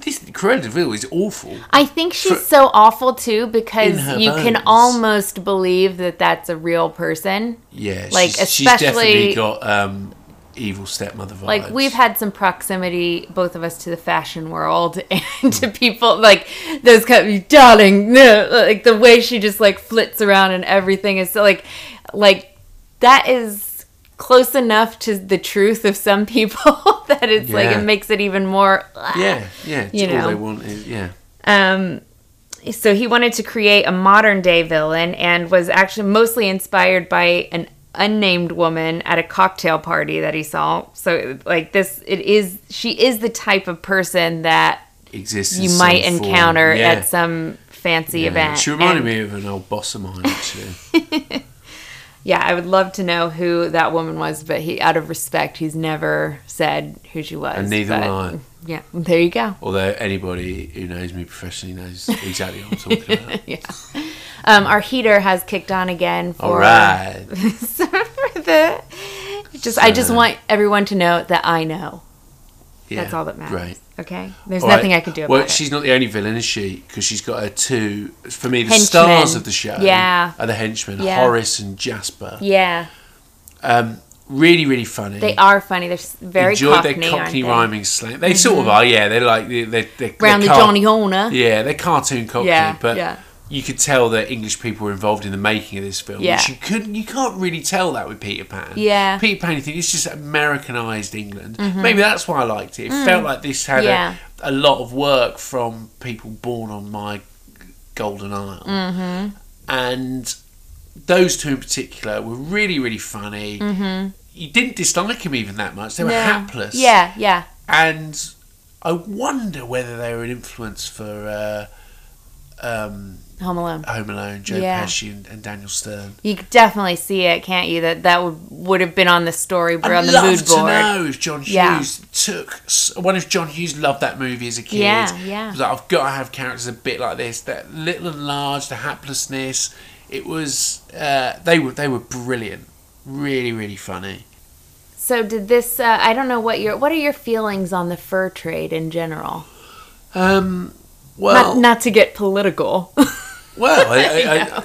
B: this Cruella de Vil is awful.
A: I think she's
B: For-
A: so awful too
B: In her
A: because you can
B: bones.
A: almost believe that that's a real person.
B: Yeah,
A: Like,
B: she's, she's
A: especially-
B: definitely got um, evil stepmother vibes.
A: Like we've had some proximity, both of us, to the fashion world and to people like those kind of darling, no," like the way she just like flits around and everything is so like, like that is close enough to the truth of some people that it's like
B: Yeah.
A: it makes it even more.
B: yeah, yeah.
A: you
B: all
A: know.
B: they want is yeah.
A: Um, so he wanted to create a modern day villain and was actually mostly inspired by an unnamed woman at a cocktail party that he saw. So like this it is she is the type of person that
B: Exists. in
A: you
B: some
A: might
B: form.
A: encounter
B: Yeah.
A: at some fancy
B: Yeah.
A: event.
B: She reminded
A: And-
B: me of an old boss of mine actually.
A: Yeah, I would love to know who that woman was, but he out of respect he's never said who she was.
B: And neither
A: but-
B: will I.
A: Yeah. There you go.
B: Although anybody who knows me professionally knows exactly what I'm talking about.
A: yeah. Um, our heater has kicked on again for,
B: All right.
A: for the. Just I just
B: So-
A: want everyone to know that I know.
B: Yeah,
A: That's all that matters.
B: Great.
A: Okay. There's
B: All right.
A: nothing I can do about
B: well,
A: it.
B: she's not the only villain, is she? Because she's got her two. For me, the
A: Henchmen.
B: stars of the show
A: Yeah.
B: are the henchmen,
A: Yeah.
B: Horace and Jasper.
A: Yeah,
B: Um, really, really funny.
A: they are funny. They're s- very
B: Enjoyed
A: cockney,
B: Hmm. their cockney
A: aren't
B: rhyming slang. They sort of are, yeah. They're like they're, they're, they're
A: they? Around the
B: they're car-
A: Johnny Hona.
B: Yeah, they're cartoon cockney,
A: Yeah,
B: but
A: yeah.
B: you could tell that English people were involved in the making of this film.
A: Yeah.
B: which you could you can't really tell that with Peter Pan.
A: Yeah. Mm-hmm.
B: Peter Pan, you think it's just Americanized England. Maybe that's why I liked it. It felt like this had
A: Mm. Yeah.
B: a, a lot of work from people born on my Golden Isle,
A: Mm-hmm.
B: and those two in particular were really really funny. You didn't dislike them even that much. They were
A: No.
B: hapless
A: Mm-hmm. Yeah, yeah.
B: and I wonder whether they were an influence for uh, um,
A: Home Alone.
B: Home Alone, Joe
A: Yeah.
B: Pesci, and, and Daniel Stern.
A: You could definitely see it, can't you? That that would would have been on the storyboard on
B: I'd
A: the
B: love
A: mood
B: to
A: board.
B: know if John Hughes
A: Yeah.
B: took. s- I wonder if John Hughes loved that movie as a kid.
A: Yeah, yeah.
B: Was like, I've got to have characters a bit like this. That little and large, the haplessness. It was. Uh, they were. They were brilliant. Really, really funny.
A: So did this? Uh, I don't know what your what are your feelings on the fur trade in general?
B: Um, well,
A: not, not to get political.
B: Well, I, I, I, uh,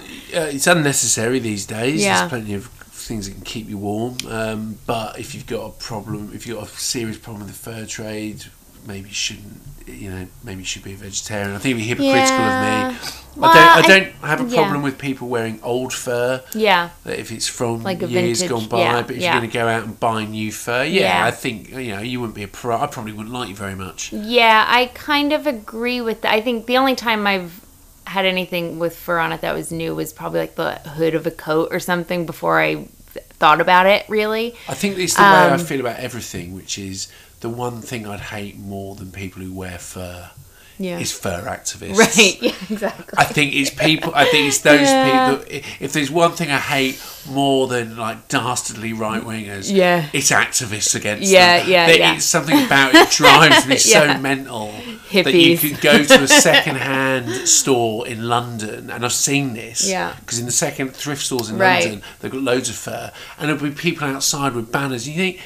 B: it's unnecessary these days.
A: Yeah.
B: There's plenty of things that can keep you warm. Um, but if you've got a problem, if you've got a serious problem with the fur trade, maybe you shouldn't. You know, maybe you should be a vegetarian. I think it'd be hypocritical
A: Yeah.
B: of me.
A: Well, I-
B: I don't. I don't have a
A: yeah.
B: problem with people wearing old fur.
A: yeah,
B: That if it's from
A: Like a
B: years
A: vintage-
B: gone by,
A: yeah,
B: but if
A: yeah.
B: you're going to go out and buy new fur, yeah,
A: Yeah.
B: I think you know you wouldn't be a pro. I probably wouldn't like you very much.
A: yeah. I kind of agree with. that. I think the only time I've had anything with fur on it that was new was probably like the hood of a coat or something before I th- thought about it really.
B: I think it's the way I
A: Um,
B: feel about everything, which is the one thing I'd hate more than people who wear fur
A: Yeah.
B: is fur activists.
A: Right. Yeah. Exactly.
B: I think it's people. I think it's those
A: Yeah.
B: people. If there's one thing I hate more than like dastardly right wingers,
A: Yeah.
B: it's activists against
A: Yeah,
B: them.
A: yeah,
B: There-
A: yeah.
B: It's something about it drives me
A: Yeah.
B: so mental that you
A: Hippies.
B: could go to a second-hand store in London, and I've seen this.
A: Yeah.
B: Because in the second thrift stores in
A: Right.
B: London, they've got loads of fur, and there'll be people outside with banners. And you think,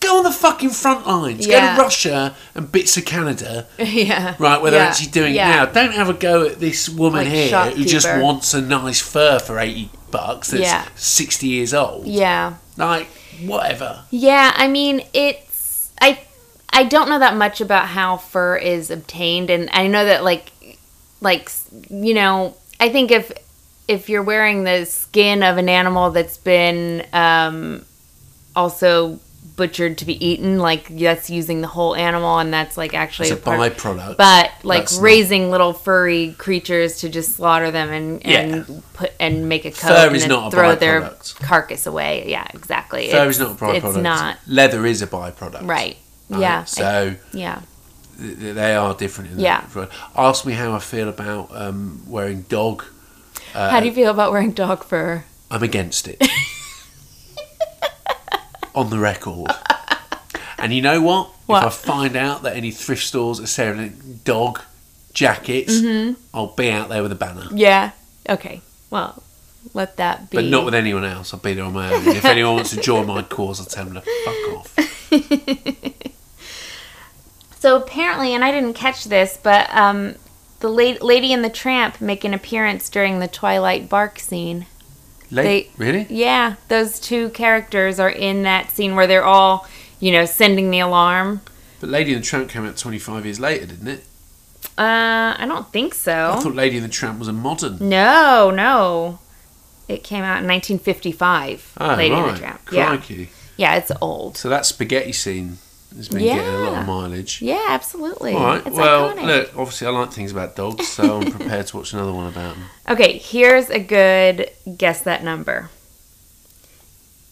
B: go on the fucking front lines.
A: Yeah.
B: Go to Russia and bits of Canada
A: yeah.
B: right where they're
A: Yeah.
B: actually doing
A: Yeah.
B: it now. Don't have a go at this woman
A: Like
B: here who just
A: shopkeeper.
B: wants a nice fur for eighty bucks. That's
A: Yeah.
B: sixty years old.
A: Yeah.
B: Like whatever.
A: Yeah, I mean, it's I I don't know that much about how fur is obtained and I know that like like you know, I think if if you're wearing the skin of an animal that's been um also butchered to be eaten, like that's using the whole animal and that's like actually
B: It's a
A: a part-
B: byproduct.
A: but like
B: That's not-
A: raising little furry creatures to just slaughter them and, and put and make a coat
B: Fur
A: and
B: is
A: then
B: not a
A: throw their
B: byproduct.
A: carcass away. Yeah, exactly.
B: fur
A: It's-
B: is not a byproduct.
A: It's not
B: Leather is a byproduct.
A: right.
B: right?
A: Yeah. I-
B: So
A: yeah.
B: th- th- they are different. In
A: Yeah.
B: That. regard. Ask me how I feel about um, wearing dog. uh,
A: How do you feel about wearing dog fur?
B: I'm against it. On the record. And you know what?
A: What?
B: If I find out that any thrift stores are selling dog jackets,
A: Mm-hmm.
B: I'll be out there with a banner.
A: Yeah. Okay. Well, let that be.
B: But not with anyone else. I'll be there on my own. And if anyone wants to join my cause, I'll tell them to fuck off.
A: so apparently, and I didn't catch this, but um, the la- lady and the tramp make an appearance during the Twilight Bark scene.
B: Late, really?
A: Yeah, those two characters are in that scene where they're all, you know, sending the alarm.
B: But Lady and the Tramp came out 25 years later, didn't it?
A: Uh, I don't think
B: I
A: so.
B: thought Lady and the Tramp was a modern.
A: No, no. It came out in 1955.
B: Ah,
A: Lady
B: right.
A: and the Tramp. Yeah.
B: Crikey.
A: yeah, it's old.
B: So that spaghetti scene has been getting a lot
A: Yeah.
B: of mileage.
A: Yeah, absolutely.
B: All right.
A: It's
B: well,
A: iconic.
B: look. Obviously, I like things about dogs, so I'm prepared to watch another one about them.
A: Okay, here's a good guess that number.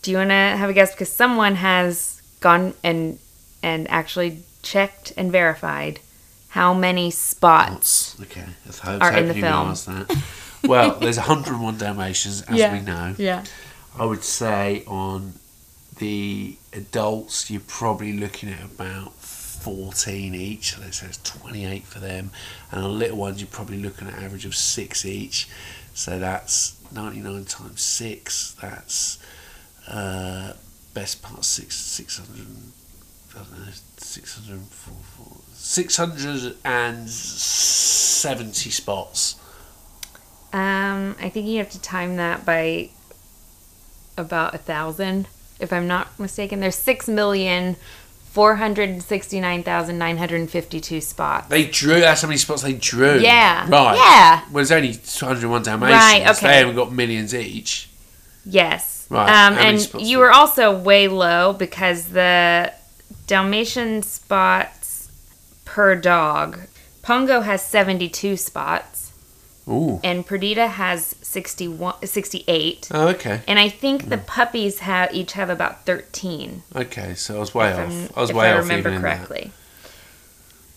A: Do you want to have a guess because someone has gone and and actually checked and verified how many spots?
B: Okay. I was
A: Are in
B: hoping
A: the
B: you
A: film.
B: ask that. Well, there's 101 Dalmatians, as we know.
A: Yeah.
B: I would say on the adults, you're probably looking at about 14 each. So that's 28 for them. And on little ones, you're probably looking at an average of six each. So that's 99 times six. That's uh, best part six, 600. I don't know, 604, 670 spots.
A: Um, I think you have to time that by about a thousand, if I'm not mistaken. There's six million four hundred sixty-nine thousand nine hundred fifty-two spots.
B: They drew. That's how many spots they drew.
A: Yeah.
B: Right.
A: Yeah.
B: Well, there's only 201 Dalmatians.
A: Right, okay.
B: They haven't got millions each.
A: Yes.
B: Right,
A: Um,
B: how many
A: and
B: spots
A: you
B: were-
A: were also way low because the Dalmatian spots per dog. Pongo has 72 spots
B: Ooh.
A: and Perdita has 61, 68.
B: Oh, okay.
A: And I think
B: Mm.
A: the puppies have each have about 13.
B: Okay. So I was way
A: if I'm-
B: off. I was
A: if
B: way
A: I
B: off
A: remember
B: even uh, in
A: correctly.
B: that.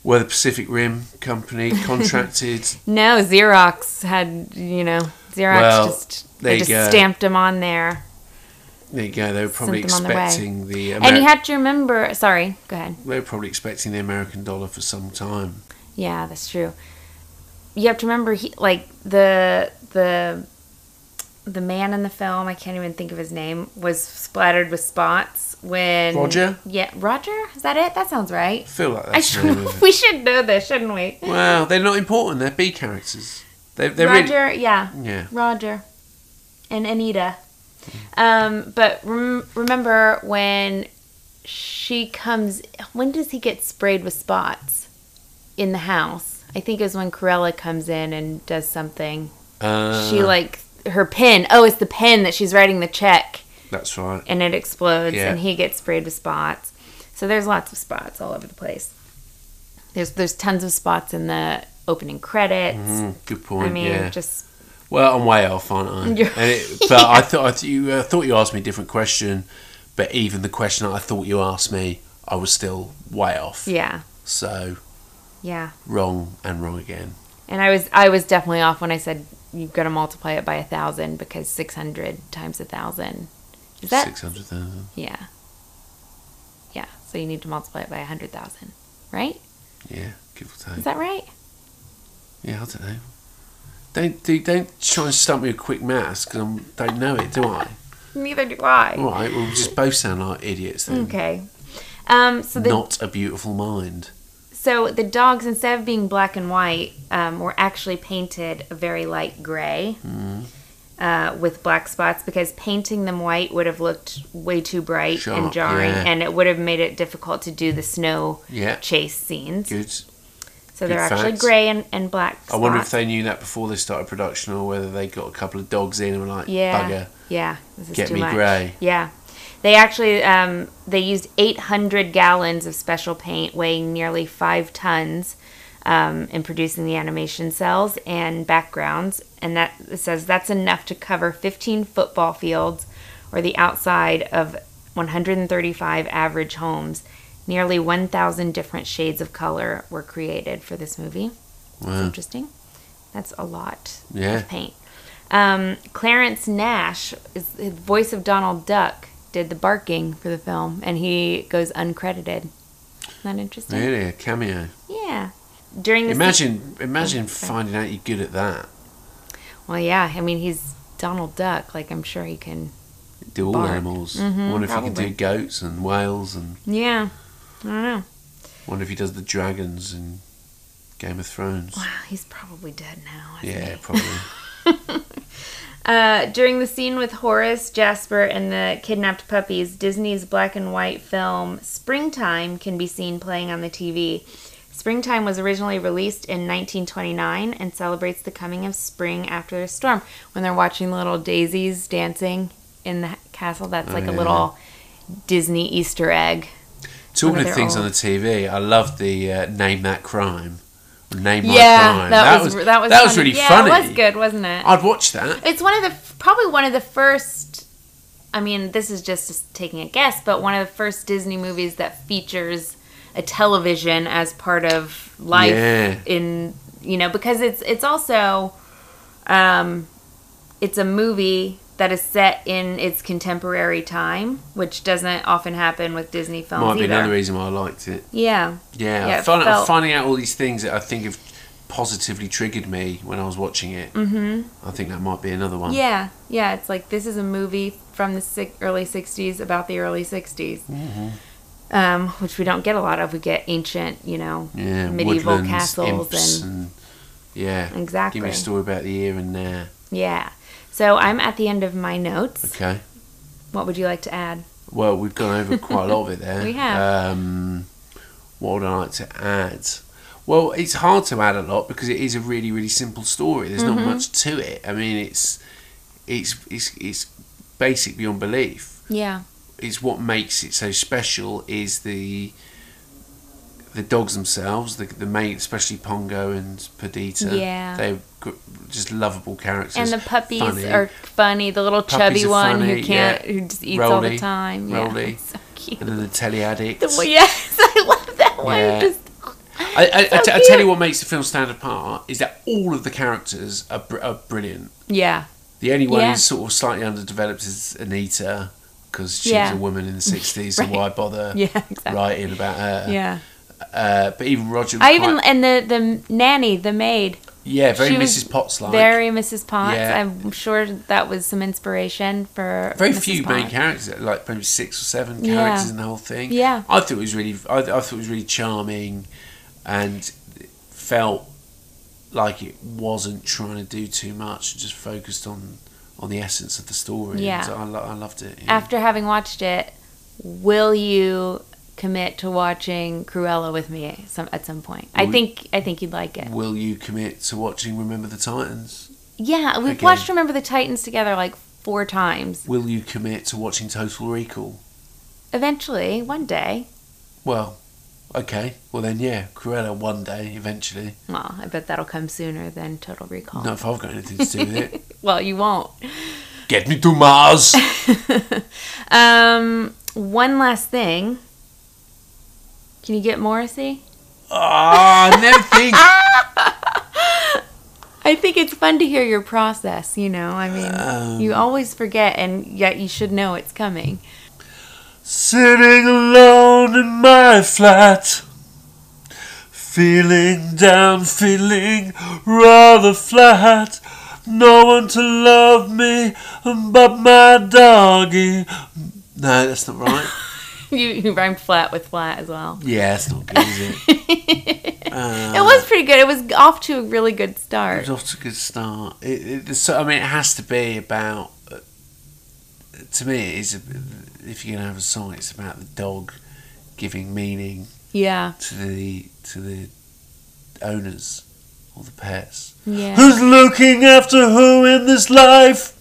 B: Were the Pacific Rim Company contracted?
A: No, Xerox had, you know, Xerox
B: Well,
A: just,
B: there
A: they
B: you
A: just
B: go.
A: stamped them on there.
B: there you go. They were probably
A: Sent them on their way.
B: expecting the. Ameri-
A: and you had to remember, sorry, go ahead.
B: they were probably expecting the American dollar for some time.
A: Yeah, that's true. You have to remember, he, like the the the man in the film, I can't even think of his name, was splattered with spots when
B: Roger?
A: Yeah, Roger. Is that it? That sounds right.
B: I feel like that's
A: I
B: the name
A: should,
B: of it.
A: we should know this, shouldn't we?
B: Well, they're not important. They're B characters. They're, they're really.
A: Roger, yeah,
B: Yeah.
A: Roger, and Anita. Um, but rem- remember when she comes? When does he get sprayed with spots in the house? I think is when Corella comes in and does something.
B: Uh,
A: she like her pen. Oh, it's the pen that she's writing the check,
B: That's right.
A: and it explodes,
B: Yeah.
A: and he gets sprayed with spots. So there's lots of spots all over the place. There's there's tons of spots in the opening credits.
B: Mm, good point.
A: I mean,
B: yeah.
A: just
B: Well, I'm way off, aren't I? And
A: You're-
B: it, but I thought I th- you uh, thought you asked me a different question, but even the question I thought you asked me, I was still way off.
A: yeah,
B: So
A: yeah.
B: wrong and wrong again.
A: And I was I was definitely off when I said you've got to multiply it by a thousand because six hundred times a thousand is that
B: Six hundred thousand.
A: yeah yeah. So you need to multiply it by a hundred thousand, right?
B: Yeah, give or take.
A: Is that right?
B: yeah, I don't know. Don't do, don't try and stump me with quick maths because I don't know it, do I?
A: Neither do I.
B: All right, we'll just both sound like idiots then.
A: Okay. Um, so the
B: Not a beautiful mind.
A: so the dogs instead of being black and white um, were actually painted a very light gray uh, with black spots because painting them white would have looked way too bright
B: Sharp,
A: and jarring
B: yeah.
A: and it would have made it difficult to do the snow
B: Yeah,
A: chase scenes.
B: good.
A: so they're
B: good
A: actually
B: fact.
A: gray and, and black. Spots.
B: I wonder if they knew that before they started production, or whether they got a couple of dogs in and were like,
A: yeah
B: "Bugger,
A: yeah this is
B: Get
A: too
B: me
A: much.
B: grey.
A: Yeah. They actually um, they used 800 gallons of special paint, weighing nearly five tons, um, in producing the animation cells and backgrounds. And that it says that's enough to cover 15 football fields, or the outside of 135 average homes. Nearly 1,000 different shades of color were created for this movie. That's
B: wow,
A: interesting. That's a lot
B: yeah."
A: of paint. Um, Clarence Nash is the voice of Donald Duck. Did the barking for the film, and he goes uncredited. Isn't that interesting?
B: Really, a cameo.
A: Yeah. During the se-
B: Imagine, imagine
A: sorry.
B: finding out you're good at that.
A: well, yeah. I mean, he's Donald Duck. Like, I'm sure he can.
B: Do all
A: Bark.
B: animals.
A: Mhm,
B: wonder if he
A: probably.
B: can do goats and whales, and
A: Yeah. I don't know.
B: wonder if he does the dragons in Game of Thrones.
A: Wow, he's probably dead now. Hasn't
B: Yeah,
A: he?
B: probably.
A: Uh, during the scene with Horace, Jasper, and the kidnapped puppies, Disney's black and white film Springtime can be seen playing on the TV. Springtime was originally released in 1929 and celebrates the coming of spring after a storm. When they're watching the little daisies dancing in the castle, that's like a
B: yeah.
A: little Disney Easter egg. Whether
B: Talking
A: they're
B: of things
A: all-
B: on the TV, I loved the uh, name that crime, or name
A: yeah,
B: my crime.
A: that, was, that was funny.
B: really
A: yeah,
B: funny.
A: It was good, wasn't it?
B: I'd watch that.
A: It's one of the probably one of the first. I mean, this is just taking a guess, but one of the first Disney movies that features a television as part of life
B: Yeah.
A: in you know because it's it's also um it's a movie that is set in its contemporary time, which doesn't often happen with Disney films
B: Might be
A: either.
B: another reason why I liked it.
A: Yeah.
B: Yeah,
A: Yeah,
B: I
A: it
B: found,
A: felt-
B: finding out all these things that I think have positively triggered me when I was watching it. Mm-hmm. I think that might be another one.
A: Yeah, yeah. It's like this is a movie from the si- early '60s about the early '60s,
B: Mm-hmm.
A: um, which we don't get a lot of. We get ancient, you know,
B: Yeah,
A: medieval
B: woodlands,
A: castles,
B: imps
A: and
B: and yeah,
A: Exactly.
B: Give me a story about the here and uh, there.
A: yeah. So I'm at the end of my notes.
B: Okay.
A: What would you like to add?
B: Well, we've gone over quite a lot of it there.
A: We have.
B: Um, what would I like to add? Well, it's hard to add a lot because it is a really, really simple story. There's
A: Mm-hmm.
B: not much to it. I mean, it's it's it's it's basic beyond belief.
A: Yeah,
B: It's what makes it so special is the the dogs themselves, the the main, especially Pongo and Perdita.
A: Yeah.
B: they're gr- just lovable characters.
A: and the puppies
B: funny.
A: are funny. The little
B: Puppies
A: chubby
B: are
A: one
B: funny,
A: who can't,
B: yeah.
A: who just eats all the
B: Rolly,
A: time. Yeah,
B: Rolly.
A: it's so cute.
B: and then the telly addict.
A: The- well, yes, I love that one.
B: Yeah.
A: Just
B: I, I, I,
A: So
B: t- I tell
A: cute.
B: you what makes the film stand apart is that all of the characters are, br- are brilliant.
A: yeah,
B: The only one
A: Yeah.
B: who's sort of slightly underdeveloped is Anita because she
A: Yeah.
B: was a woman in the 60s,
A: Right.
B: so why bother
A: Yeah, exactly.
B: writing about her?
A: yeah.
B: Uh, but even Roger, was
A: I even
B: quite-
A: and the the nanny, the maid.
B: yeah, very
A: she was
B: Mrs. Potts like.
A: Very Mrs. Potts.
B: Yeah.
A: I'm sure that was some inspiration for
B: Very
A: Mrs.
B: few main
A: Potts.
B: characters, like maybe six or seven
A: Yeah.
B: characters in the whole thing.
A: Yeah.
B: I thought it was really, I, I thought it was really charming, and it felt like it wasn't trying to do too much, just focused on on the essence of the story.
A: Yeah.
B: So I, lo- I loved it. yeah.
A: After having watched it, will you commit to watching Cruella with me some, at some point? I
B: We-
A: think I think you'd like it.
B: Will you commit to watching Remember the Titans?
A: Yeah, we've
B: Again.
A: watched Remember the Titans together like four times.
B: Will you commit to watching Total Recall?
A: Eventually, one day.
B: Well, okay. Well then, yeah, Cruella one day eventually.
A: Well, I bet that'll come sooner than Total Recall.
B: Not if I've got anything to do with it.
A: Well, you won't.
B: Get me to Mars.
A: Um, one last thing. Can you get Morrissey?
B: Ah, I never think.
A: I think it's fun to hear your process, you know. I mean,
B: Um,
A: you always forget, and yet you should know it's coming.
B: Sitting alone in my flat. Feeling down, feeling rather flat. No one to love me but my doggy. No, that's not right.
A: You, you rhymed flat with flat as well.
B: yeah, that's not good, is it? Uh.
A: it was pretty good. It was off to a really good
B: It
A: start.
B: was off to a good start. It, it, it's so, I mean, it has to be about. uh, To me, it is a, if you're gonna have a song, it's about the dog giving meaning
A: Yeah,
B: to the to the owners or the pets.
A: yeah,
B: Who's looking after who in this life?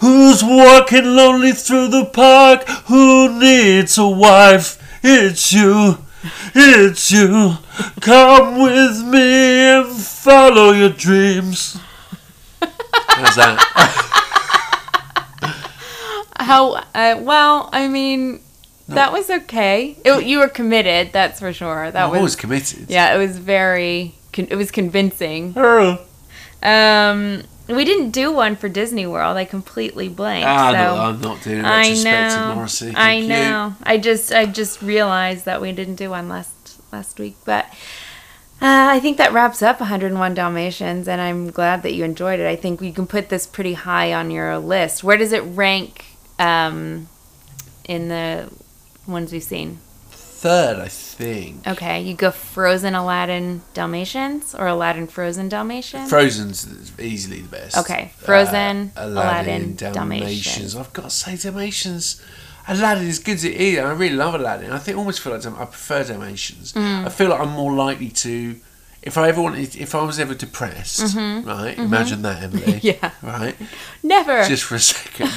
B: Who's walking lonely through the park? Who needs a wife? It's you. It's you. Come with me and follow your dreams. How's that?
A: How? Uh, well, I mean, that was okay. It, you were committed, that's for sure. That
B: I'm
A: was,
B: always committed.
A: yeah. It was very. Con- it was convincing.
B: Oh,
A: Um, we didn't do one for Disney World. I completely blanked.
B: ah,
A: so.
B: no, I'm not doing a retrospective, Morrissey.
A: I
B: Thank you.
A: know. I just I just realized that we didn't do one last last week, but uh, I think that wraps up 101 Dalmatians, and I'm glad that you enjoyed it. I think you can put this pretty high on your list. Where does it rank um, in the ones we've seen?
B: Third, I think.
A: Okay, you go Frozen Aladdin Dalmatians or Aladdin Frozen Dalmatians.
B: Frozen's easily the best.
A: Okay, Frozen,
B: Uh,
A: Aladdin,
B: Dalmatians.
A: Dalmatians.
B: I've got to say Dalmatians. Aladdin is good to eat.
A: Mm.
B: I really love Aladdin. I think almost feel like Dal- I prefer Dalmatians. I feel like I'm more likely to. If I ever wanted, if I was ever depressed, right? Imagine that, Emily.
A: Mm-hmm. Yeah.
B: Right.
A: Never.
B: Just for a second.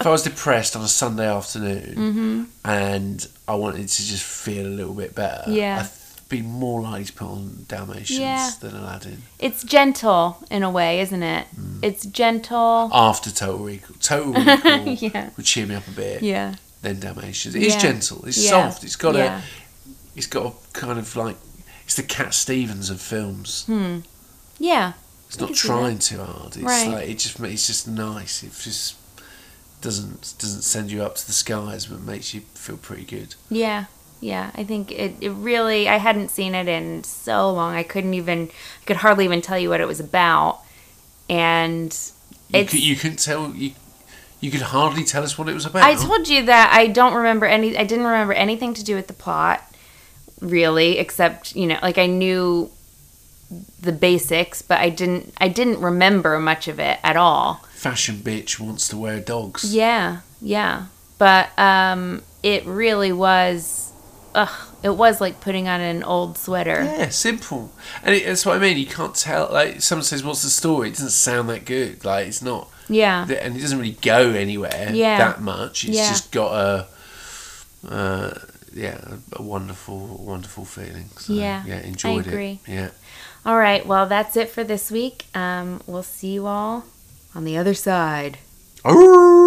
B: if I was depressed on a Sunday afternoon
A: Mm-hmm.
B: and I wanted to just feel a little bit better,
A: Yeah.
B: I'd be more likely to put on Dalmatians
A: Yeah.
B: than Aladdin.
A: it's gentle in a way, isn't it?
B: Mm.
A: It's gentle.
B: After Total Recall, Total Recall
A: Yeah.
B: would cheer me up a bit.
A: Yeah.
B: Then Dalmatians. It's
A: Yeah.
B: gentle. It's
A: Yeah.
B: soft. It's got
A: Yeah.
B: a. It's got a kind of like. It's the Cat Stevens of films.
A: Hmm. Yeah.
B: It's not
A: can see that.
B: trying too hard. It's
A: Right.
B: like it just ma- it's just nice. It just doesn't doesn't send you up to the skies, but makes you feel pretty good.
A: Yeah. Yeah. I think it, it really, I hadn't seen it in so long. I couldn't even, I could hardly even tell you what it was about. And
B: You,
A: It's-
B: could, you couldn't tell you you could hardly tell us what it was about.
A: I told you that I don't remember any. I didn't remember anything to do with the plot, really, except you know, like I knew the basics, but I didn't. I didn't remember much of it at all.
B: fashion bitch wants to wear dogs.
A: Yeah, yeah. But um, it really was. Ugh, it was like putting on an old sweater.
B: Yeah, simple. And it, that's what I mean. You can't tell. Like someone says, "What's the story?" It doesn't sound that good. Like it's not,
A: Yeah,
B: and it doesn't really go anywhere
A: Yeah.
B: that much. It's
A: Yeah.
B: just got a, uh, yeah, a wonderful, wonderful feeling. So,
A: Yeah, I
B: enjoyed
A: agree.
B: it. Yeah.
A: All right. Well, that's it for this week. Um, we'll see you all on the other side.
B: Oh.